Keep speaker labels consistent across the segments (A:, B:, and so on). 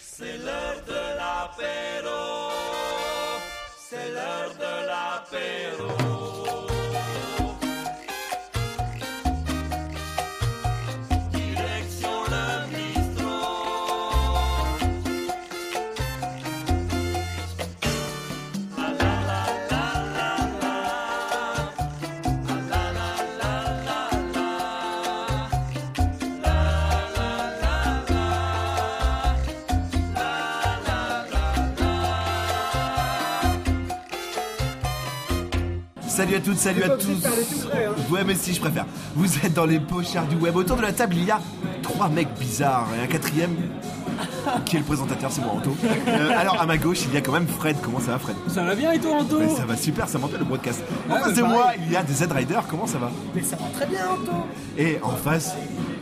A: C'est l'heure de l'apéro. C'est l'heure de l'apéro. Direction le bistrot.
B: Salut à toutes, salut à tous.
C: hein.
B: Ouais, mais si je préfère. Vous êtes dans les pochards du web. Autour de la table, il y a trois mecs bizarres et un quatrième qui est le présentateur, c'est moi Anto. Euh, alors à ma gauche, il y a quand même Fred. Comment ça va, Fred
C: Ça va bien et toi Anto
B: Ouais, Ça va super, ça m'appelle le broadcast. En
C: Ouais,
B: face
C: mais
B: de moi,
C: pareil.
B: il y a des Z-Riders. Comment ça va
C: Mais ça va très bien Anto
B: Et en face,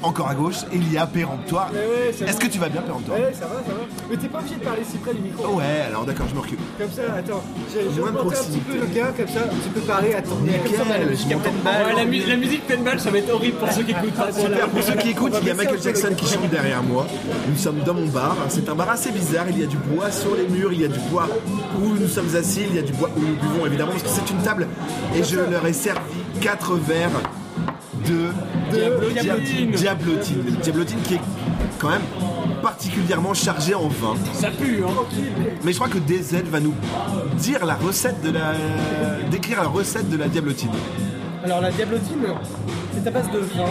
B: encore à gauche, il y a Péremptoire.
C: Mais Eh ouais, Eh ça va.
B: Est-ce que tu vas bien, Péremptoire
C: Ouais ça va, ça va. Mais t'es pas obligé de parler si près du micro.
B: Ouais, alors d'accord, je me recule.
C: Comme ça, attends, j'ai
B: Moins de
C: augmenté un petit
B: proximité.
C: peu le gain, comme ça, tu peux parler à ton
B: Nickel,
C: comme ça, on a le
B: je
C: petit
B: m'entends
C: Captain
B: pas.
C: Ball.
D: Ouais, la, mu- la musique Penbal, ça va être horrible pour ceux qui écoutent pas.
C: Voilà.
B: Super, pour ceux qui écoutent,
C: On va
B: il y a
C: baisser un
B: Michael
C: peu
B: Jackson
C: le-
B: qui chante derrière moi. Nous sommes dans mon bar. C'est un bar assez bizarre. Il y a du bois sur les murs, il y a du bois où nous sommes assis, il y a du bois où nous buvons évidemment parce que c'est une table. Et je leur ai servi quatre verres de
D: Diablotine.
B: Diab- Diablotine. Diablotine qui est quand même particulièrement chargée en vin.
D: Ça pue, hein.
B: Mais je crois que DZ va nous dire la recette de la. décrire la recette de la Diablotine.
C: Alors la diablotine, c'est à base de vin.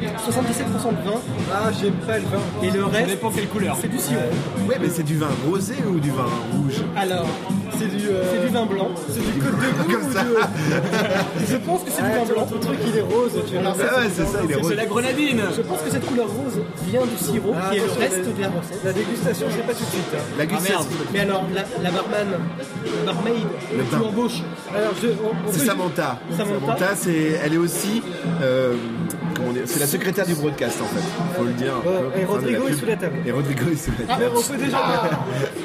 C: 77% de vin. Ah j'aime pas le vin. Et le Euh,
D: Ça
C: reste,
D: dépend quelle couleur.
C: c'est du sirop.
B: Ouais, mais Eh ben, c'est du vin rosé ou du vin rouge
C: Alors, c'est du, c'est du vin blanc. C'est du code de goût.
B: Comme ça.
C: Je pense que c'est du vin blanc. Le truc il est rose, tu vois.
B: Ah ouais, c'est ça, il est rosé.
D: C'est la grenadine.
C: Je pense que cette couleur rose vient du sirop qui est le reste de la recette. Ah, La dégustation, je l'ai pas tout de suite. hein.
B: La gustation.
C: Mais alors, la, la barman, la barmaid,
B: Le
C: tu
B: bar-
C: embauches. Alors, je, on- on
B: C'est
C: peut-
B: Samantha.
C: Samantha.
B: c'est, elle est aussi, euh, comment dire, c'est la secrétaire du broadcast en fait. Faut le dire.
C: Ouais, Euh,
B: Enfin,
C: et
B: de
C: Rodrigo
B: pub.
C: est sous la table. Ah.
B: Et Rodrigo est sous la
C: Mais
B: table.
C: on peut déjà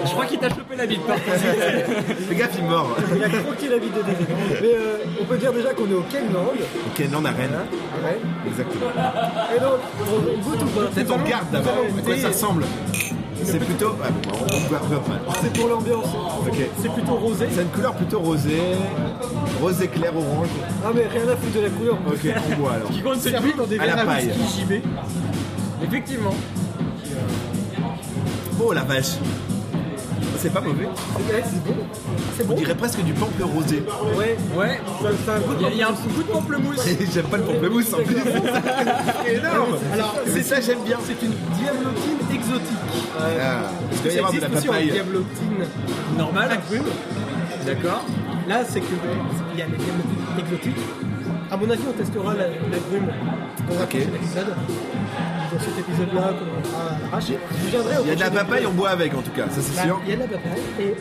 D: Je crois qu'il t'a chopé la bite par contre.
B: Fais gaffe, il mord.
C: Il a croqué la vie de Dédé. Mais euh, on peut dire déjà qu'on est au Kenland.
B: Ok, non, la reine. Exactement.
C: Et donc, on goûte ou pas
B: Peut-être on garde d'abord. À quoi ça ressemble C'est plutôt. ah, bon, on regarde- on regarde pas.
C: C'est pour l'ambiance.
B: Ok.
C: C'est plutôt rosé.
B: C'est une couleur plutôt rosée, rosé clair orange.
C: Ah, mais rien à foutre de la couleur.
B: Ok, on boit alors.
D: Qui compte, c'est le
C: Servi
D: but.
C: dans des
B: À la
C: verres à
B: paille.
C: whisky Eh, JB.
D: Effectivement.
B: Oh la vache. C'est pas mauvais.
C: Ouais, C'est bon. C'est
B: On
C: bon.
B: dirait presque du pample rosé.
C: Ouais.
D: Ouais.
C: Ça, ça a un goût de
D: Il y, a un petit coup de pamplemousse.
B: J'aime pas le pamplemousse en plus. C'est énorme.
C: Alors,
B: Mais ça j'aime bien.
C: C'est une diablotine exotique. Euh,
B: Ah, il doit y
C: Ça
B: avoir de
C: existe
B: la
C: aussi en
B: papaye.
C: diablotine.
D: Normal, la prune. Ah, D'accord.
C: Là, c'est que il y a les diablotines exotiques. À mon avis, on testera la, la brume dans un
B: Ok.
C: prochain épisode. Dans cet épisode-là, qu'on aura arraché. Je viendrai au
B: Il y a de la
C: prochain
B: papaye, on
C: épisode.
B: boit avec en hein. tout cas, ça c'est
C: Bah,
B: sûr.
C: Il y a de la papaye. Et...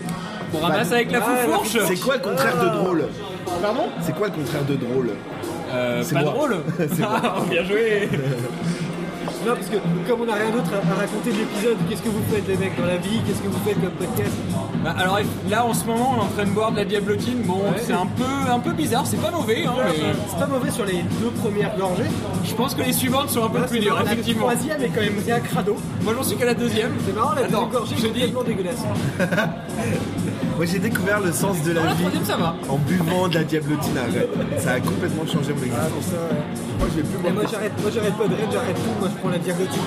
D: On ramasse avec la
C: Ah, la
D: fourche.
B: C'est quoi le contraire de drôle
C: Pardon
B: C'est quoi le contraire de drôle
D: Euh,
B: C'est
D: pas
B: moi.
D: drôle.
B: C'est moi.
D: Ah, bien joué.
C: Non, parce que comme on n'a rien d'autre à, à raconter de l'épisode, qu'est-ce que vous faites, les mecs, dans la vie Qu'est-ce que vous faites comme podcast
D: Bah, alors là, en ce moment, on est en train de boire de la diablotine. Bon, c'est un peu, un peu bizarre. C'est pas mauvais. Hein, mais
C: C'est pas mauvais sur les deux premières gorgées.
D: je pense que les suivantes sont un peu
C: Là,
D: plus
C: c'est
D: dures.
C: marrant,
D: Effectivement.
C: La troisième est quand même bien crado.
D: Moi, j'en suis qu'à la deuxième.
C: C'est marrant, la
D: Attends,
C: deuxième
D: je
C: gorgée est
D: dis.
C: complètement dégueulasse.
B: Moi j'ai découvert le sens de
D: Dans
B: la
D: euh, la
B: vie
D: troisième, ça va.
B: en buvant de la diablotine à Rennes. Ça a complètement changé mon existence. Moi je vais plus
C: Ah, Et moi
B: boire.
C: j'arrête, moi j'arrête pas de raid, j'arrête tout, moi je prends la diablotine.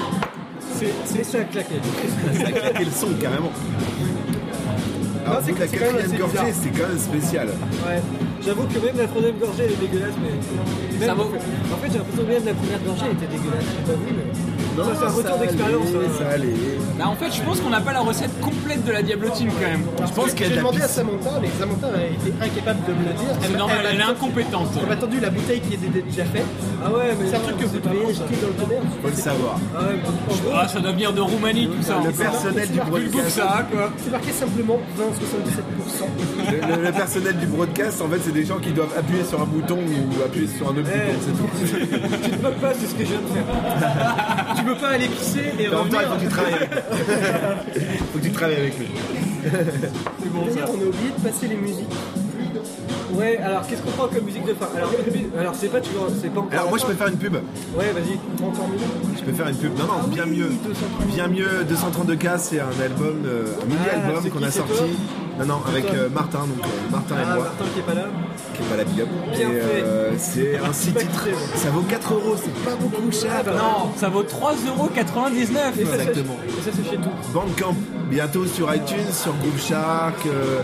C: C'est, c'est ça claquer.
B: Ça a claqué le son carrément. Alors,
C: c'est
B: vous, la
C: que- c'est quand même
B: quatrième
C: assez
B: gorgée,
C: bizarre.
B: c'est quand même spécial.
C: Ouais. J'avoue que même la troisième gorgée elle est dégueulasse, mais. même-
D: Ça vaut.
C: En fait j'ai l'impression que même la première gorgée elle était dégueulasse, j'ai pas vu, mais. ça c'est un retour
B: allait,
C: d'expérience. hein.
B: Ça allait.
D: Bah, en fait, je pense qu'on n'a pas la recette complète de la diablotine quand même.
B: Je pense qu'il y a de la piste.
C: Samantha, mais Samantha a été incapable de me le dire.
D: C'est normal, elle est incompétente.
C: attendu la bouteille qui était déjà faite. Ah ouais, mais. C'est un truc que vous devez acheter dans le commerce.
B: Faut le savoir.
C: Ah ouais, mais en gros,
D: Ah, ça doit venir de Roumanie tout ça.
B: Le
D: C'est
B: personnel du
D: plus beau que
B: broadcast.
D: ça, quoi.
C: c'est marqué simplement 20,77%.
B: Le, le- le personnel du broadcast, en fait, c'est des gens qui doivent appuyer sur un bouton ou appuyer sur un autre
C: Eh.
B: bouton, c'est tout.
C: Tu te moques pas, c'est ce que je viens de faire. tu peux pas aller pisser et
B: Mais en même temps,
C: revenir.
B: il faut que tu travailles avec faut que tu travailles avec lui.
C: D'ailleurs, on a oublié de passer les musiques. Ouais, alors qu'est-ce qu'on prend comme musique de fin Alors, une- alors c'est pas toujours, c'est pas encore.
B: Alors
C: la
B: moi je
C: fin.
B: peux faire une pub.
C: Ouais, vas-y, encore mieux.
B: Je peux faire une pub. Non, non, bien mieux. Bien mieux. 232K, c'est un album, euh, un
C: Ah,
B: mini-album
C: c'est
B: qu'on
C: qui,
B: a
C: c'est
B: sorti.
C: toi
B: Non, non, avec euh, Martin, donc euh, Martin et
C: Ah,
B: moi,
C: Martin qui est pas là.
B: qui est pas la big up.
C: Bien
B: Et, euh, c'est un six titres. Ça vaut 4 euros, c'est pas beaucoup cher.
D: Non, ça vaut 3,99€
C: Et ça, c'est-
B: Exactement.
C: Et ça, c'est chez tout.
B: Bandcamp, bientôt sur iTunes, sur Groove Shark, euh,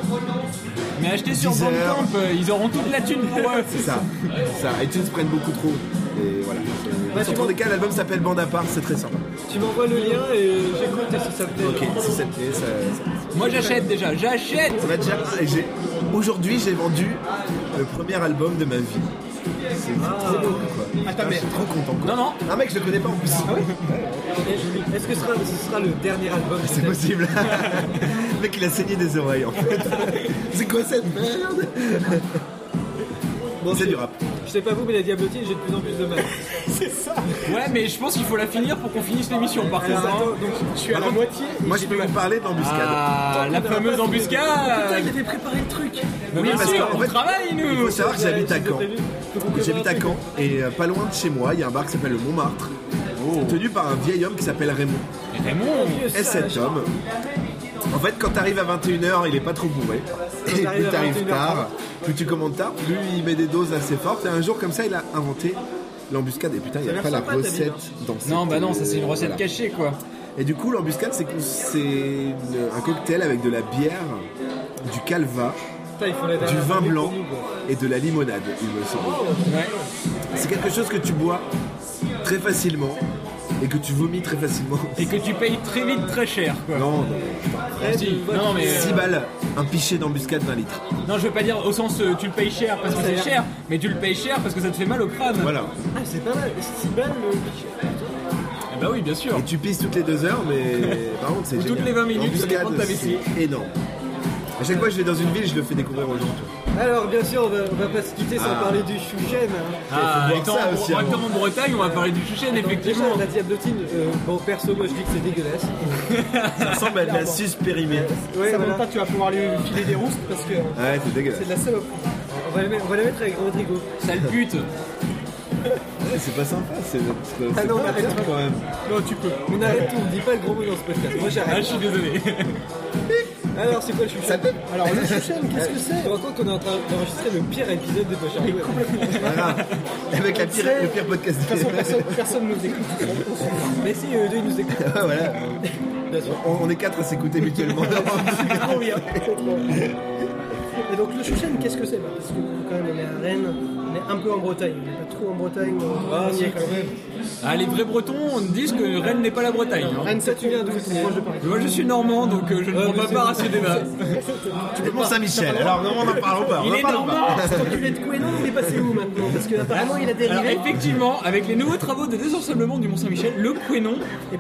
D: Mais achetez sur
B: Deezer.
D: Bandcamp, euh, ils auront toute la thune pour eux.
B: c'est ça. C'est ça, iTunes prennent beaucoup trop. Et voilà.
C: Bah, tu vois-
B: 232K, l'album s'appelle Bande à part, c'est très sympa.
C: Tu m'envoies le lien et j'écoute et si ça me plaît.
B: Ok, si ça te plaît, ça, ça-
D: Moi j'achète déjà, j'achète
B: On a déjà- ah, et j'ai- Aujourd'hui, j'ai vendu le premier album de ma vie. C'est trop beau, quoi. Putain, je suis trop content. quoi.
D: Non, non.
B: Un mec, je le connais pas en plus.
C: Et- Est-ce que ce sera, ce sera le dernier album
B: Ah, C'est possible. le mec, il a saigné des oreilles en fait. C'est quoi cette merde
C: Bon,
B: C'est du rap.
C: Je sais pas vous, mais la diablotine, j'ai de plus en plus de mal.
D: Ouais, mais je pense qu'il faut la finir pour qu'on finisse l'émission par
C: Alors,
D: contre. hein.
C: attends, donc je suis à la
B: Par contre,
C: moitié. et
B: Moi,
C: j'ai
B: je peux
C: du mal.
B: vous parler de l'embuscade.
D: Ah, la fameuse
C: Putain,
D: embuscade
C: il avait préparé le truc.
D: Mais Bien
B: parce
D: sûr,
B: qu'en
D: on
B: fait,
D: travaille
B: Il
D: nous
B: faut savoir que j'habite à Caen. J'habite à Caen et euh, pas loin de chez moi, il y a un bar qui s'appelle le Montmartre, tenu par un vieil homme qui s'appelle Raymond.
D: Raymond
B: Et cet homme, en fait, quand t'arrives à 21h, il est pas trop bourré. Et
C: t'arrives
B: plus
C: à
B: t'arrives
C: 21h,
B: tard, plus tu commandes tard, plus il met des doses assez fortes. Et un jour, comme ça, il a inventé l'embuscade. Et putain, il n'y
C: Ça
B: a
C: a
B: pas
C: l'air
B: la
C: sympa, ta vie,
B: recette dans
D: Non,
B: cette-
D: bah non, ça c'est une recette
B: Voilà.
D: cachée quoi.
B: Et du coup, l'embuscade, c'est qu'on- c'est une- un cocktail avec de la bière, du calva, du vin blanc et de la limonade, il me semble.
D: Ouais.
B: C'est quelque chose que tu bois très facilement et que tu vomis très facilement.
D: Et que tu payes très vite très cher quoi.
B: Non, Eh,
D: Si. Non, non, mais. euh,
B: 6 balles, un pichet d'embuscade d'un litre.
D: Non, je veux pas dire au sens euh, tu le payes cher parce que c'est cher, mais tu le payes cher parce que ça te fait mal au crâne.
B: Voilà.
C: Ah, c'est pas mal. C'est mal le.
D: Eh Bah oui, bien sûr.
B: Et tu pisses toutes les 2 heures, mais par contre, c'est
D: Ou
B: génial.
D: toutes les 20 minutes, ça
B: L'embuscade,
D: dépend de ta
B: c'est
D: vessie.
B: énorme. À chaque fois que je vais dans une ville, je le fais découvrir aux gens.
C: Alors, bien sûr, on va, on va pas se quitter sans
B: Ah.
C: parler du chouchen. hein.
D: Ah,
B: voir
D: étant
B: ça
D: en-
B: aussi,
D: en-
B: avant.
D: étant en Bretagne, on va parler du chouchen, effectivement.
C: Déjà, la diablotine, euh, bon, perso, moi je dis que c'est dégueulasse.
B: Ça ressemble à de la suce périmée.
C: Ouais,
E: Ça
C: voilà.
E: monte pas, tu vas pouvoir lui filer des roustes parce que.
B: Ouais, c'est
C: C'est de
B: dégueulasse.
C: la salope. On va, la mettre, on va la mettre avec Rodrigo.
D: Sale pute.
B: Ouais, C'est pas sympa, c'est c'est-
C: Ah
B: c'est
C: non,
B: pas
C: arrête.
B: bien, quand même.
C: Non, tu peux. On arrête tout, on dit pas le gros mot dans ce podcast. Moi
D: Ah, je
C: j'arrête.
D: suis désolé.
C: Alors, c'est quoi le chouchen
B: Ça pique.
E: Alors le chouchen, qu'est-ce
C: Euh,
E: que
C: Tu te
E: c'est
C: rends compte qu'on est en train d'enregistrer le pire épisode des Pochard Web
B: Ah, Voilà. Avec la pire, le pire podcast.
E: De toute façon, personne, personne nous écoute.
C: Mais si, eux deux ils euh, nous écoutent.
B: voilà. On, on est quatre à s'écouter mutuellement.
C: Ah,
E: C'est trop bien. c'est trop bien. Et donc le chouchen, qu'est-ce que c'est bah, Parce que quand même, on est à Rennes, on est un peu en Bretagne, on n'est pas trop en Bretagne. on-
C: Ah,
E: on y
C: si,
E: est
C: quand même.
D: Ah, les vrais Bretons disent que Rennes n'est pas la Bretagne. hein.
E: Rennes,
C: Ça, tu viens d'où
E: c'est proche de Paris.
D: Mais Moi, je suis normand, donc euh, je ne
C: Ouais,
D: prends
C: mais
D: pas
C: c'est
D: part à
C: bon.
D: ce débat.
B: Tu commences Saint-Michel. Alors, non, on n'en parlons pas. On
D: Il
B: n'en
D: est
E: Ah,
B: parlons pas.
D: normand.
E: Cet enculé de Couénon, il est passé où maintenant Parce qu'apparemment, il a
D: Alors
E: dérivé.
D: effectivement, avec les nouveaux travaux de désensablement du Mont-Saint-Michel, le Quénon,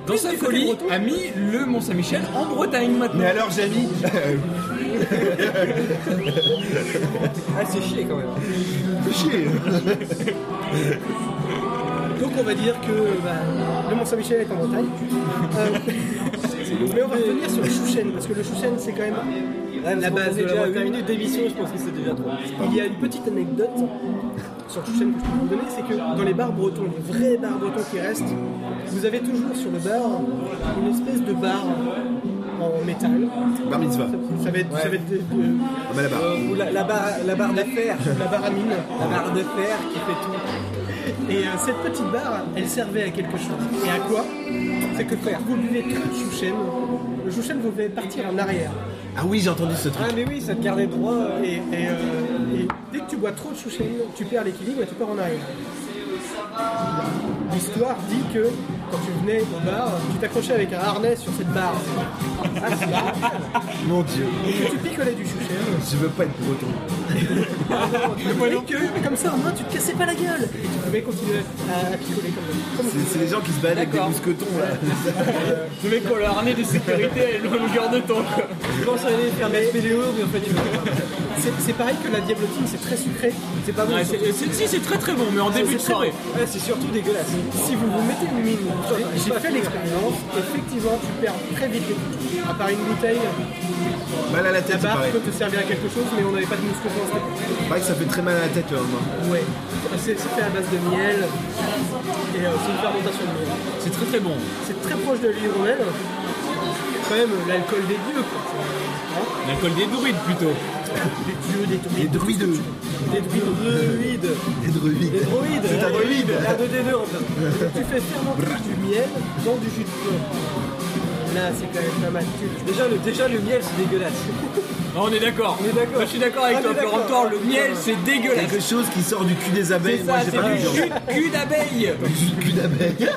D: dans sa folie, a mis le Mont-Saint-Michel en Bretagne
B: Mais
D: maintenant.
B: alors, Jamie,
C: Ah, c'est chier quand même.
B: fais chier.
E: Donc on va dire que bah, le Mont-Saint-Michel est en Bretagne. Euh, mais on va revenir sur le chouchen, parce que le chouchen, c'est quand même
C: La base,
E: de la
C: déjà, 8
E: Bretagne.
C: minutes d'émission, je pense que c'est déjà trop.
E: Il y a une petite anecdote sur Chouchen que je peux vous donner, c'est que dans les bars bretons, les vrais bars bretons qui restent, vous avez toujours sur le bar une espèce de barre en métal.
B: Bar mitzvah.
E: Ça va être, ça va être de- de-
B: Ah, bah, là-bas.
C: Ou la, la barre, la barre de fer.
E: la barre à mine.
C: La barre de fer qui fait tout.
E: Et euh, cette petite barre, elle servait à quelque chose. Et à quoi C'est que quand vous buvez trop de chouchen, le chouchen vous fait partir en arrière.
B: Ah oui, j'ai entendu ce truc.
C: Ah, mais oui, ça te gardait droit. euh,
E: Et, et, euh, et dès que tu bois trop de chouchen, tu perds l'équilibre et tu pars en arrière. L'histoire dit que quand tu venais au bar, tu t'accrochais avec un harnais sur cette barre. Ah, c'est marrant.
B: Mon dieu,
E: tu picolais du chouchen.
B: je veux pas être breton.
E: Et comme ça, au moins, tu te cassais pas la gueule. Et tu pouvais continuer à, à picoler comme ça.
B: C'est c'est les gens qui se baladent avec des
D: D'accord.
B: mousquetons là.
D: Le mec, on l'a ramené de sécurité à une longueur de temps. quoi.
C: Je pense aller faire des vidéos, mais en fait, tu vois.
E: C'est- C'est pareil que la diablotine, c'est très sucré. C'est pas bon.
D: euh,
E: Ah,
D: Ouais, c'est- c'est- si, c'est très très bon, mais en début de soirée.
C: Ouais, c'est surtout dégueulasse.
E: Si vous vous mettez une mine
C: J'ai- J'ai fait l'expérience, effectivement, tu perds très vite les bouteilles. À part une bouteille,
B: Mal à la
C: la
B: tête, c'est
C: barre
B: pareil.
C: peut te servir à quelque chose, mais on n'avait pas de mousqueton à cette époque.
B: C'est vrai que ça fait très mal à la tête, le lendemain.
C: Ouais, c'est c'est fait à base de miel et euh, c'est une fermentation de miel.
D: C'est très très bon.
C: C'est très proche de l'hydromel. Quand même, euh, l'alcool des dieux, quoi. Hein
D: L'alcool des druides plutôt.
C: Des dieux, des
B: Les
C: druides.
B: druides.
C: Des druides. druides.
B: Les druides.
C: Des droïdes.
B: C'est un druide.
C: R2D2 en fait. tu fais fermenter du miel dans du jus de pomme. Là, c'est quand même pas mal. Tu- Déjà, le, déjà, le miel, c'est dégueulasse.
D: Ah, on est d'accord.
C: On est d'accord.
D: Moi, Je suis d'accord avec
C: On
D: toi,
C: est d'accord.
D: Florent Thor, Le miel, c'est dégueulasse.
B: Quelque chose qui sort du cul des abeilles.
D: C'est
B: Moi,
D: ça,
B: j'ai
D: c'est
B: pas
D: du
B: le genre.
D: jus de cul d'abeille.
B: Du jus de cul d'abeille.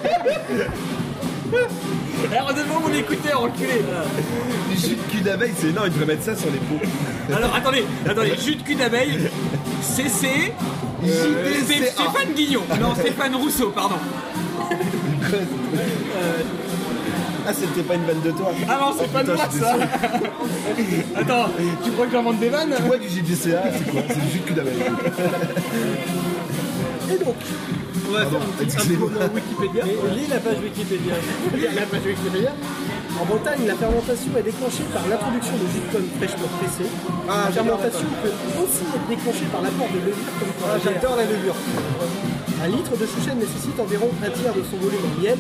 D: Alors, devant mon écouteur, enculé.
B: Du jus de cul d'abeille, c'est énorme. Il devrait mettre ça sur les peaux.
D: Alors, attendez, attendez. Jus de cul d'abeille, CC.
B: JDCA.
D: C'est Stéphane Guillon. Non, Stéphane Rousseau, pardon.
B: Ah, c'était pas une vanne de toi.
D: Ah non, c'est
B: Oh,
D: pas de
B: putain,
D: moi
B: je suis
D: ça.
B: désolé.
D: Attends, tu crois que j'invente des vannes
B: Moi, du JDCA, c'est quoi C'est du jus de cul d'abeille.
C: Et donc, on va
B: Pardon,
C: faire un petit- un petit
B: excusez-moi.
C: moment Wikipédia. Ah Lis la page Wikipédia. la page Wikipédia. En Bretagne, la fermentation est déclenchée par l'introduction de jus de pomme fraîchement pressé.
E: Ah,
C: la fermentation peut aussi être déclenchée par l'apport de levure comme pour la bière.
E: Ah, J'adore la levure.
C: Un litre de chouchen nécessite environ un tiers de son volume en miel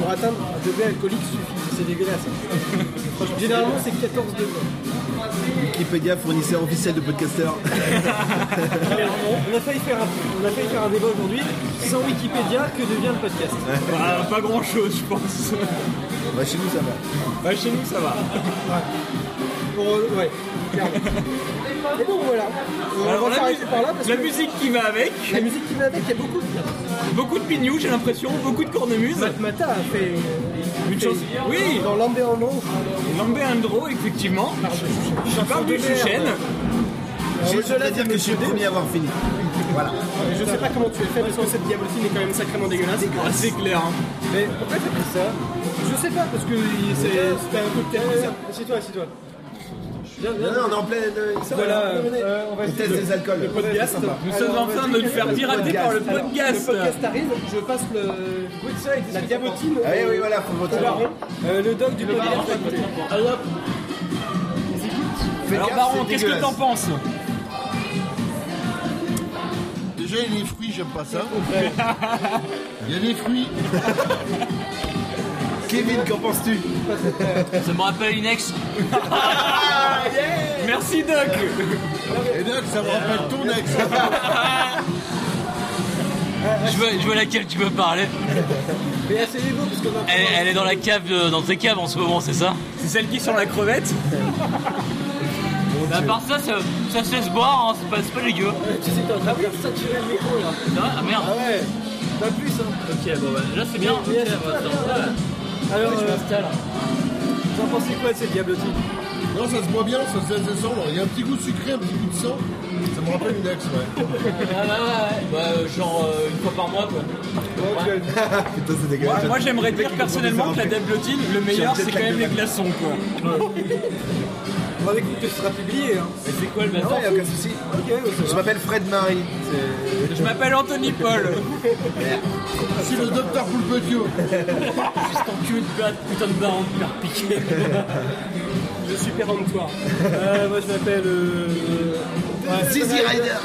C: pour atteindre un degré alcoolique suffisant. C'est dégueulasse. Franchement, Généralement, c'est 14 degrés.
B: Wikipédia, fournisseur officiel de podcasters.
C: On a failli faire un, on a failli faire un débat aujourd'hui. Sans Wikipédia, que devient le podcast
D: Bah, pas grand chose, je pense.
B: Bah, chez nous, ça va.
D: Bah, chez nous, ça va.
C: euh, Ouais, clairement. Et donc voilà. On
D: Alors,
C: va
D: la,
C: s'arrêter
D: mu-
C: par là parce
D: la
C: que
D: musique qui va avec,
C: la musique qui va avec, il y a beaucoup de.
D: beaucoup de pignous, j'ai l'impression, beaucoup de cornemuses.
C: Matmata a fait
D: Une
C: fait-
D: chose. Oui,
C: dans l'ambert en
D: Lambert Andro, effectivement. Je parle du Chouchen.
B: J'ai juste à dire que je suis le premier à avoir fini. Voilà.
C: Je sais pas comment tu as fait parce que cette diabolotine est quand même sacrément dégueulasse.
D: Ah, c'est clair. hein.
C: Mais pourquoi t'as pris ça Je sais pas parce que il- c'est c'était un cocktail. Assieds-toi, assieds-toi.
B: Non, non, on est en pleine.
C: Voilà, euh, on va
B: On teste
C: essayer
B: des alcools.
C: podcast.
D: Nous sommes en train de nous faire pirater par le podcast.
C: Le podcast arrive, je passe le la diabotine
B: Ah oui, oui, voilà, faut voter.
C: au baron. Euh, le doc du podcast.
B: Fais
D: Alors,
B: gaffe,
D: Baron,
B: c'est
D: qu'est-ce que t'en
B: dégueulasse.
D: penses
F: Déjà, il y a les fruits, j'aime pas ça. Il y a les fruits.
B: Kevin, qu'en penses-tu
G: Ça me rappelle une ex.
D: Merci, Doc.
F: Et là, Eh ça me rappelle ton ex. hein.
G: Je vois, je vois laquelle tu veux parler.
C: Mais asseyez-vous parce qu'on a.
G: Elle, elle est dans la cave, de- dans tes caves en ce moment, c'est ça
D: C'est celle qui sent la crevette.
G: Bah, À part ça, ça, ça se laisse boire, hein, c'est pas, c'est pas dégueu.
C: Tu sais, t'es en train de saturer le micro là.
G: Ah merde.
C: Ouais, pas plus hein.
G: Ok, bon, bah, là c'est bien. Ok,
C: Mais
G: bah,
C: assieds-toi,
G: attends.
C: voilà. Alors, euh, vous en pensez quoi de cette diablotine
F: Non, ça se boit bien, ça se laisse descendre. Il y a un petit goût sucré, un petit goût de sang. Ça me rappelle une ex, ouais.
G: Ah, bah, ouais, ouais. Bah, euh, genre euh, une fois par mois, quoi.
B: Putain, c'est dégueulasse.
D: Moi, j'aimerais dire personnellement que la Dablotine, le meilleur, c'est quand même les glaçons, quoi.
C: On va découvrir ce sera publié. Hein.
G: C'est quoi le
B: Non,
G: bâtard
B: y a aucun souci. Je m'appelle Fred Marie.
D: Je m'appelle Anthony Paul.
F: Je suis le docteur Poulpetio.
G: Juste en cul de batte, putain de baron de faire piquer.
C: Je suis péremptoire. euh, moi je m'appelle. Euh... ouais,
B: Zizi Rider.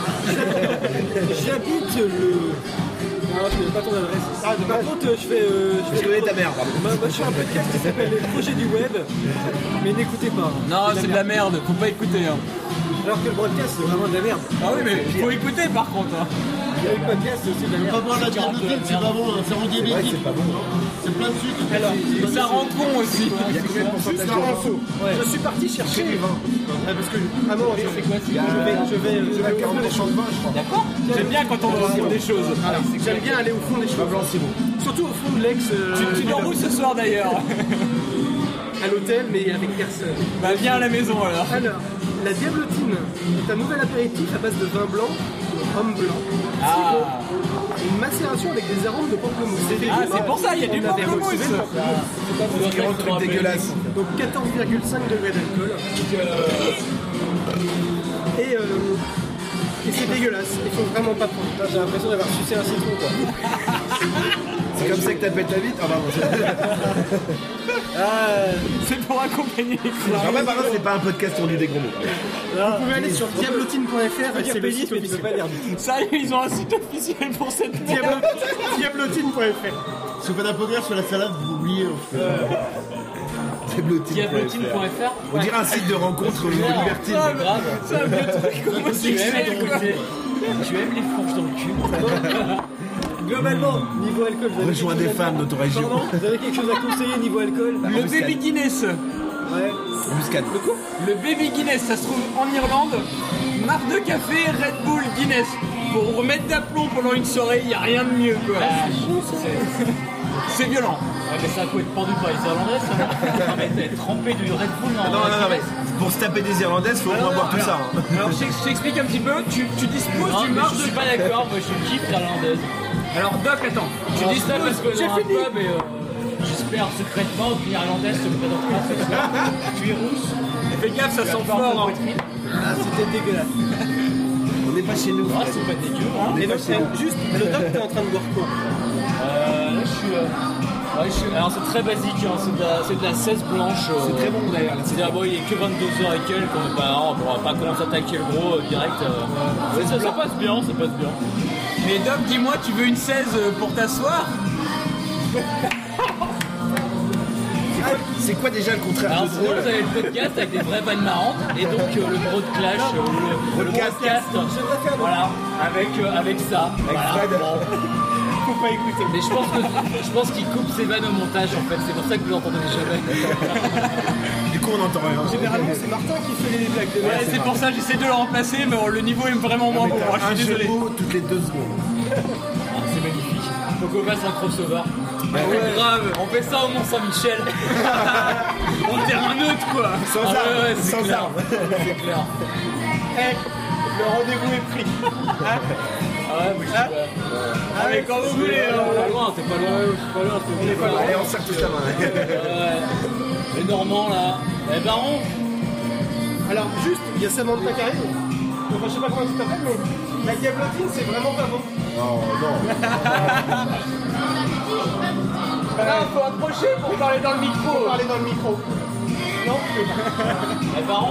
C: J'habite le. Non, je connais pas ton adresse. Par contre, euh, je fais. euh, je
B: Je
C: fais-
B: connais ta mère, pardon.
C: Moi, moi, je fais un podcast qui s'appelle Les projets du web, mais n'écoutez pas.
D: Non, c'est de la merde, faut pas écouter. hein.
C: Alors que le podcast, c'est vraiment de la merde.
D: Ah oui, mais faut écouter par contre. hein.
C: Le podcast, c'est de
F: Pas
C: la merde.
D: Ah,
F: boire la diabétique, c'est pas bon, hein. c'est
B: Ouais,
F: anti-diabétique.
B: c'est pas bon.
F: C'est plein de sucre.
D: Et ça rend con aussi.
B: Il y a combien de pourcentage
F: Ça rend
B: de
F: fou.
C: Je suis parti chercher. Ouais, parce que vraiment, Ah, je, je vais, je vais, je
B: Il y a
C: vais, au fond des
B: 40% de vin, je crois.
D: J'aime bien quand on rend des choses.
C: choses. J'aime bien aller au fond des choses. Surtout au fond de l'ex euh,
D: Tu, tu dors où ce soir d'ailleurs
C: à l'hôtel, mais avec personne.
D: Bah viens à la maison alors.
C: Alors, la diablotine est un nouvel apéritif à base de vin blanc, homme blanc,
D: Ah,
C: une macération avec des arômes de pamplemousse.
D: Ah, c'est pour ça, il y a du
C: On avait
D: pamplemousse.
C: reçu le pamplemousse.
B: C'est un truc dégueulasse.
C: Donc 14,5 degrés d'alcool. Et, euh, et c'est dégueulasse, il faut vraiment pas prendre. J'ai l'impression d'avoir sucé un citron quoi.
B: C'est comme ça que t'appelles ta bite Ah bah bon, c'est-
D: Ah. C'est pour accompagner les clowns.
B: Non, mais par contre, c'est pas un podcast sur du des gros mots.
H: Vous pouvez aller sur diablotine.fr, c'est le site officiel.
D: Sérieux, ils ont un site officiel pour cette merde.
H: Diablo- Diablotine.fr.
I: Si vous faites un poker sur la salade, vous oubliez. en fait.
B: C'est blotti.
E: Diablotine.fr
B: euh, On dirait un site de rencontre euh, libertine.
D: Ah, mais C'est un vieux truc homosexuel, quoi.
E: Tu aimes les fourches dans le cul
C: Globalement, niveau alcool, vous avez
B: Rejoins
C: quelque
B: des
C: chose à-
B: femmes dans ton région.
C: Pardon Vous avez quelque chose à conseiller niveau alcool
D: Le baby Guinness.
C: Ouais.
B: Buscade.
D: Le baby Guinness, ça se trouve en Irlande. Marque de café, Red Bull, Guinness. Pour remettre d'aplomb pendant une soirée, y a rien de mieux, quoi.
E: Ah, c'est-
D: C'est violent.
E: Ouais, mais ça a coup être pendu par les Irlandais, ça va. Non, mais t'es trempé du Red Bull dans
B: Non, non, non, mais pour se taper des Irlandaises, faut au
D: Ah,
B: moins boire tout ça. hein.
D: Alors, je je t'explique un petit peu. Tu, tu disposes
E: Non,
D: du
E: mais
D: marque
E: je
D: de
E: suis pas d'accord, moi je suis kiff irlandaise.
D: Alors, Doc, attends.
E: Je dis ça parce que
D: J'ai
E: dans un
D: fini.
E: pub, et, euh, j'espère secrètement qu'une irlandaise se présentera ce soir. Tu es rousse,
D: Fais gaffe, ça
E: tu as
D: sent
E: peur de
D: fort. hein.
E: poitrine.
C: C'était dégueulasse.
B: On n'est pas chez nous.
E: Ah, c'est pas dégueu, hein.
C: Et donc, euh, juste, le doc, t'es en train de boire quoi
E: Euh, là, je suis. euh, ouais, je suis- Alors, c'est très basique, hein, c'est de la- c'est de, la 16 blanche. c'est très bon d'ailleurs. C'est-à-dire, bon, il est que 22h et quelques, on, est pas- on pourra pas commencer à attaquer le gros euh, direct. euh. Mais ça, ça passe bien, ça passe bien.
D: Mais Doc, dis-moi, tu veux une 16 pour t'asseoir
B: C'est quoi déjà le contraire
E: Alors
B: de
E: sinon
B: drôle
E: vous avez le podcast avec des vraies vannes marrantes et donc euh, le broadclash, euh, le, le
B: Broadcast.
E: broadcast, voilà, avec, euh, avec ça. voilà.
B: Fred.
E: Faut pas écouter. Mais je pense que je pense qu'il coupe ses vannes au montage en fait, c'est pour ça que vous l'entendez jamais.
B: Du coup, on n'entend rien.
C: Généralement, c'est Martin qui fait les blagues de
D: Ouais, c'est pour ça, j'essaie de le remplacer, mais oh, le niveau est vraiment moins bon.
B: T'as
D: Je
B: un
D: suis
B: jeu de
D: désolé.
B: mots toutes les deux secondes.
E: Ah, c'est magnifique. Bah Faut qu'on fasse un crossover.
D: Ouais, grave.
E: On fait ça au Mont Saint-Michel.
D: On terre un autre, quoi.
B: Sans
E: Ah ouais,
B: armes,
E: ouais, c'est
B: sans
E: clair.
B: armes.
E: C'est clair.
C: Le rendez-vous est pris.
E: Ah ouais, mais je suis pas-
D: Ah, mais quand vous voulez. hein.
E: pas loin, t'es pas loin, t'es pas loin, t'es pas loin.
B: Allez, on serre toute la main.
E: Les Normands là. Eh Baron,
C: Alors, juste, il y a Samantha qui arrive. Enfin, je sais pas comment tu t'appelles, mais la diablotine, c'est vraiment pas bon.
D: Ah, faut approcher pour parler dans le
C: Faut
D: micro.
C: parler dans le micro. Non, mais pas.
E: Eh Baron,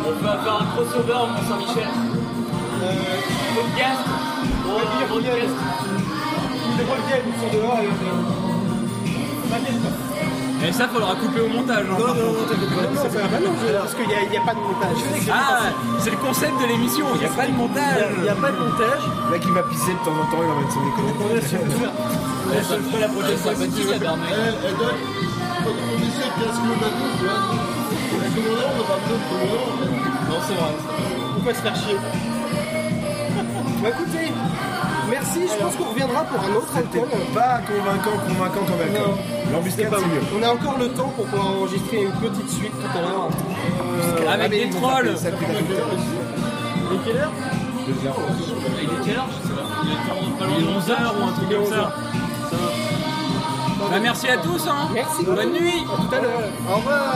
E: on peut faire un crossover au Mont Saint-Michel.
C: Euh,
E: Podcast. Bon,
C: Ouais,
E: euh, podcast.
C: Les Bretagne, ils sont dehors et. euh, pas bien.
D: Et ça, faudra couper au montage. hein, par contre.
C: Non, ça va pas, non, je- parce qu'il n'y a, pas de montage.
D: Ah, c'est le concept de l'émission. Il n'y a pas de montage.
C: Il n'y a pas de montage.
B: Là, qui va pisser de temps en temps, il va mettre son école.
E: On se le fait la prochaine fois. Bonne nuit, la
I: Eh,
E: Bernay.
I: eh, Doc, quand on disait 15 km d'avion, tu vois, le commandant, on n'a pas besoin de commandant. en fait.
E: Non, c'est vrai.
C: Pourquoi se faire chier Bah écoutez, merci, je pense qu'on reviendra pour un autre alcool.
B: Pas convaincant, convaincant comme alcool. L'embuscade, c'est mieux.
C: On a encore le temps pour pouvoir enregistrer une petite suite tout à l'heure. Euh,
D: Avec
B: mais
D: des
B: ils vont
D: trolls.
B: taper ça depuis la toute heure.
E: Il est quelle heure Je sais pas. Il est pas loin de 11h ou un truc comme ça.
D: Bah, merci à tous. Hein.
C: Merci beaucoup.
D: Bonne nuit.
C: À tout à l'heure. Au revoir.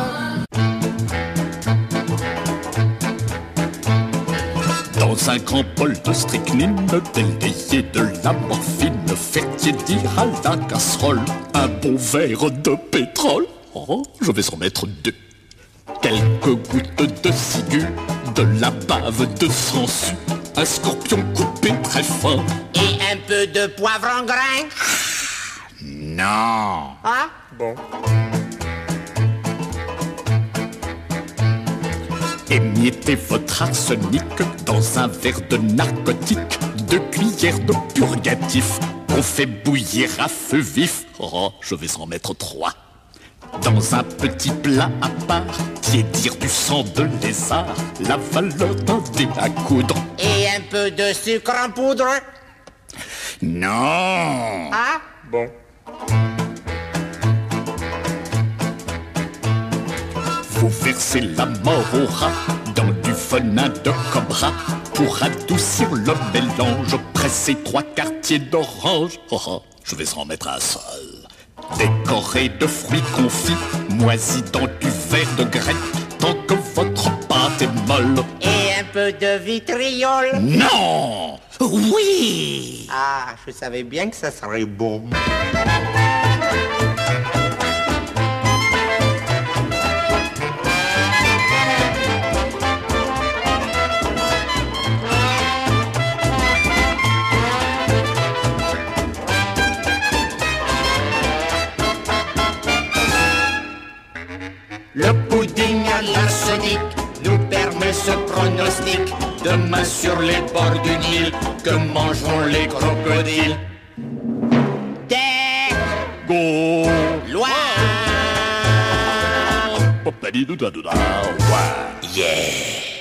J: Dans un grand bol de strychnine, délié de la morphine, fertier dire à la casserole, un bon verre de pétrole. Oh, je vais en mettre deux. Quelques gouttes de ciguë, de la bave de sangsue, un scorpion coupé très fin.
A: Et un peu de poivre en grain.
J: Non
A: Hein
J: Émiettez votre arsenic dans un verre de narcotique, deux cuillères de purgatif, qu'on fait bouillir à feu vif. Oh, je vais en mettre trois. Dans un petit plat à part, tiédir du sang de lézard, la valeur d'un dé à coudre.
A: Et un peu de sucre en poudre.
J: Non
A: Hein
J: Vous versez la mort au rat dans du venin de cobra pour adoucir le mélange. Pressez trois quartiers d'orange. Oh, oh, je vais en mettre un seul. Décoré de fruits confits, moisis dans du verre de grecque, tant que votre pâte est molle.
A: Et un peu
K: peu de vitriol.
J: Non Oui
K: Ah, je savais bien que ça serait bon.
J: Le pudding à l'arsenic nous permet ce pronostic. Demain sur les bords du Nil, que mangeront les crocodiles
K: Des
J: Go
K: lois.
J: Pop-a-di-dou-da-dou-da. Ouais.
K: Yeah.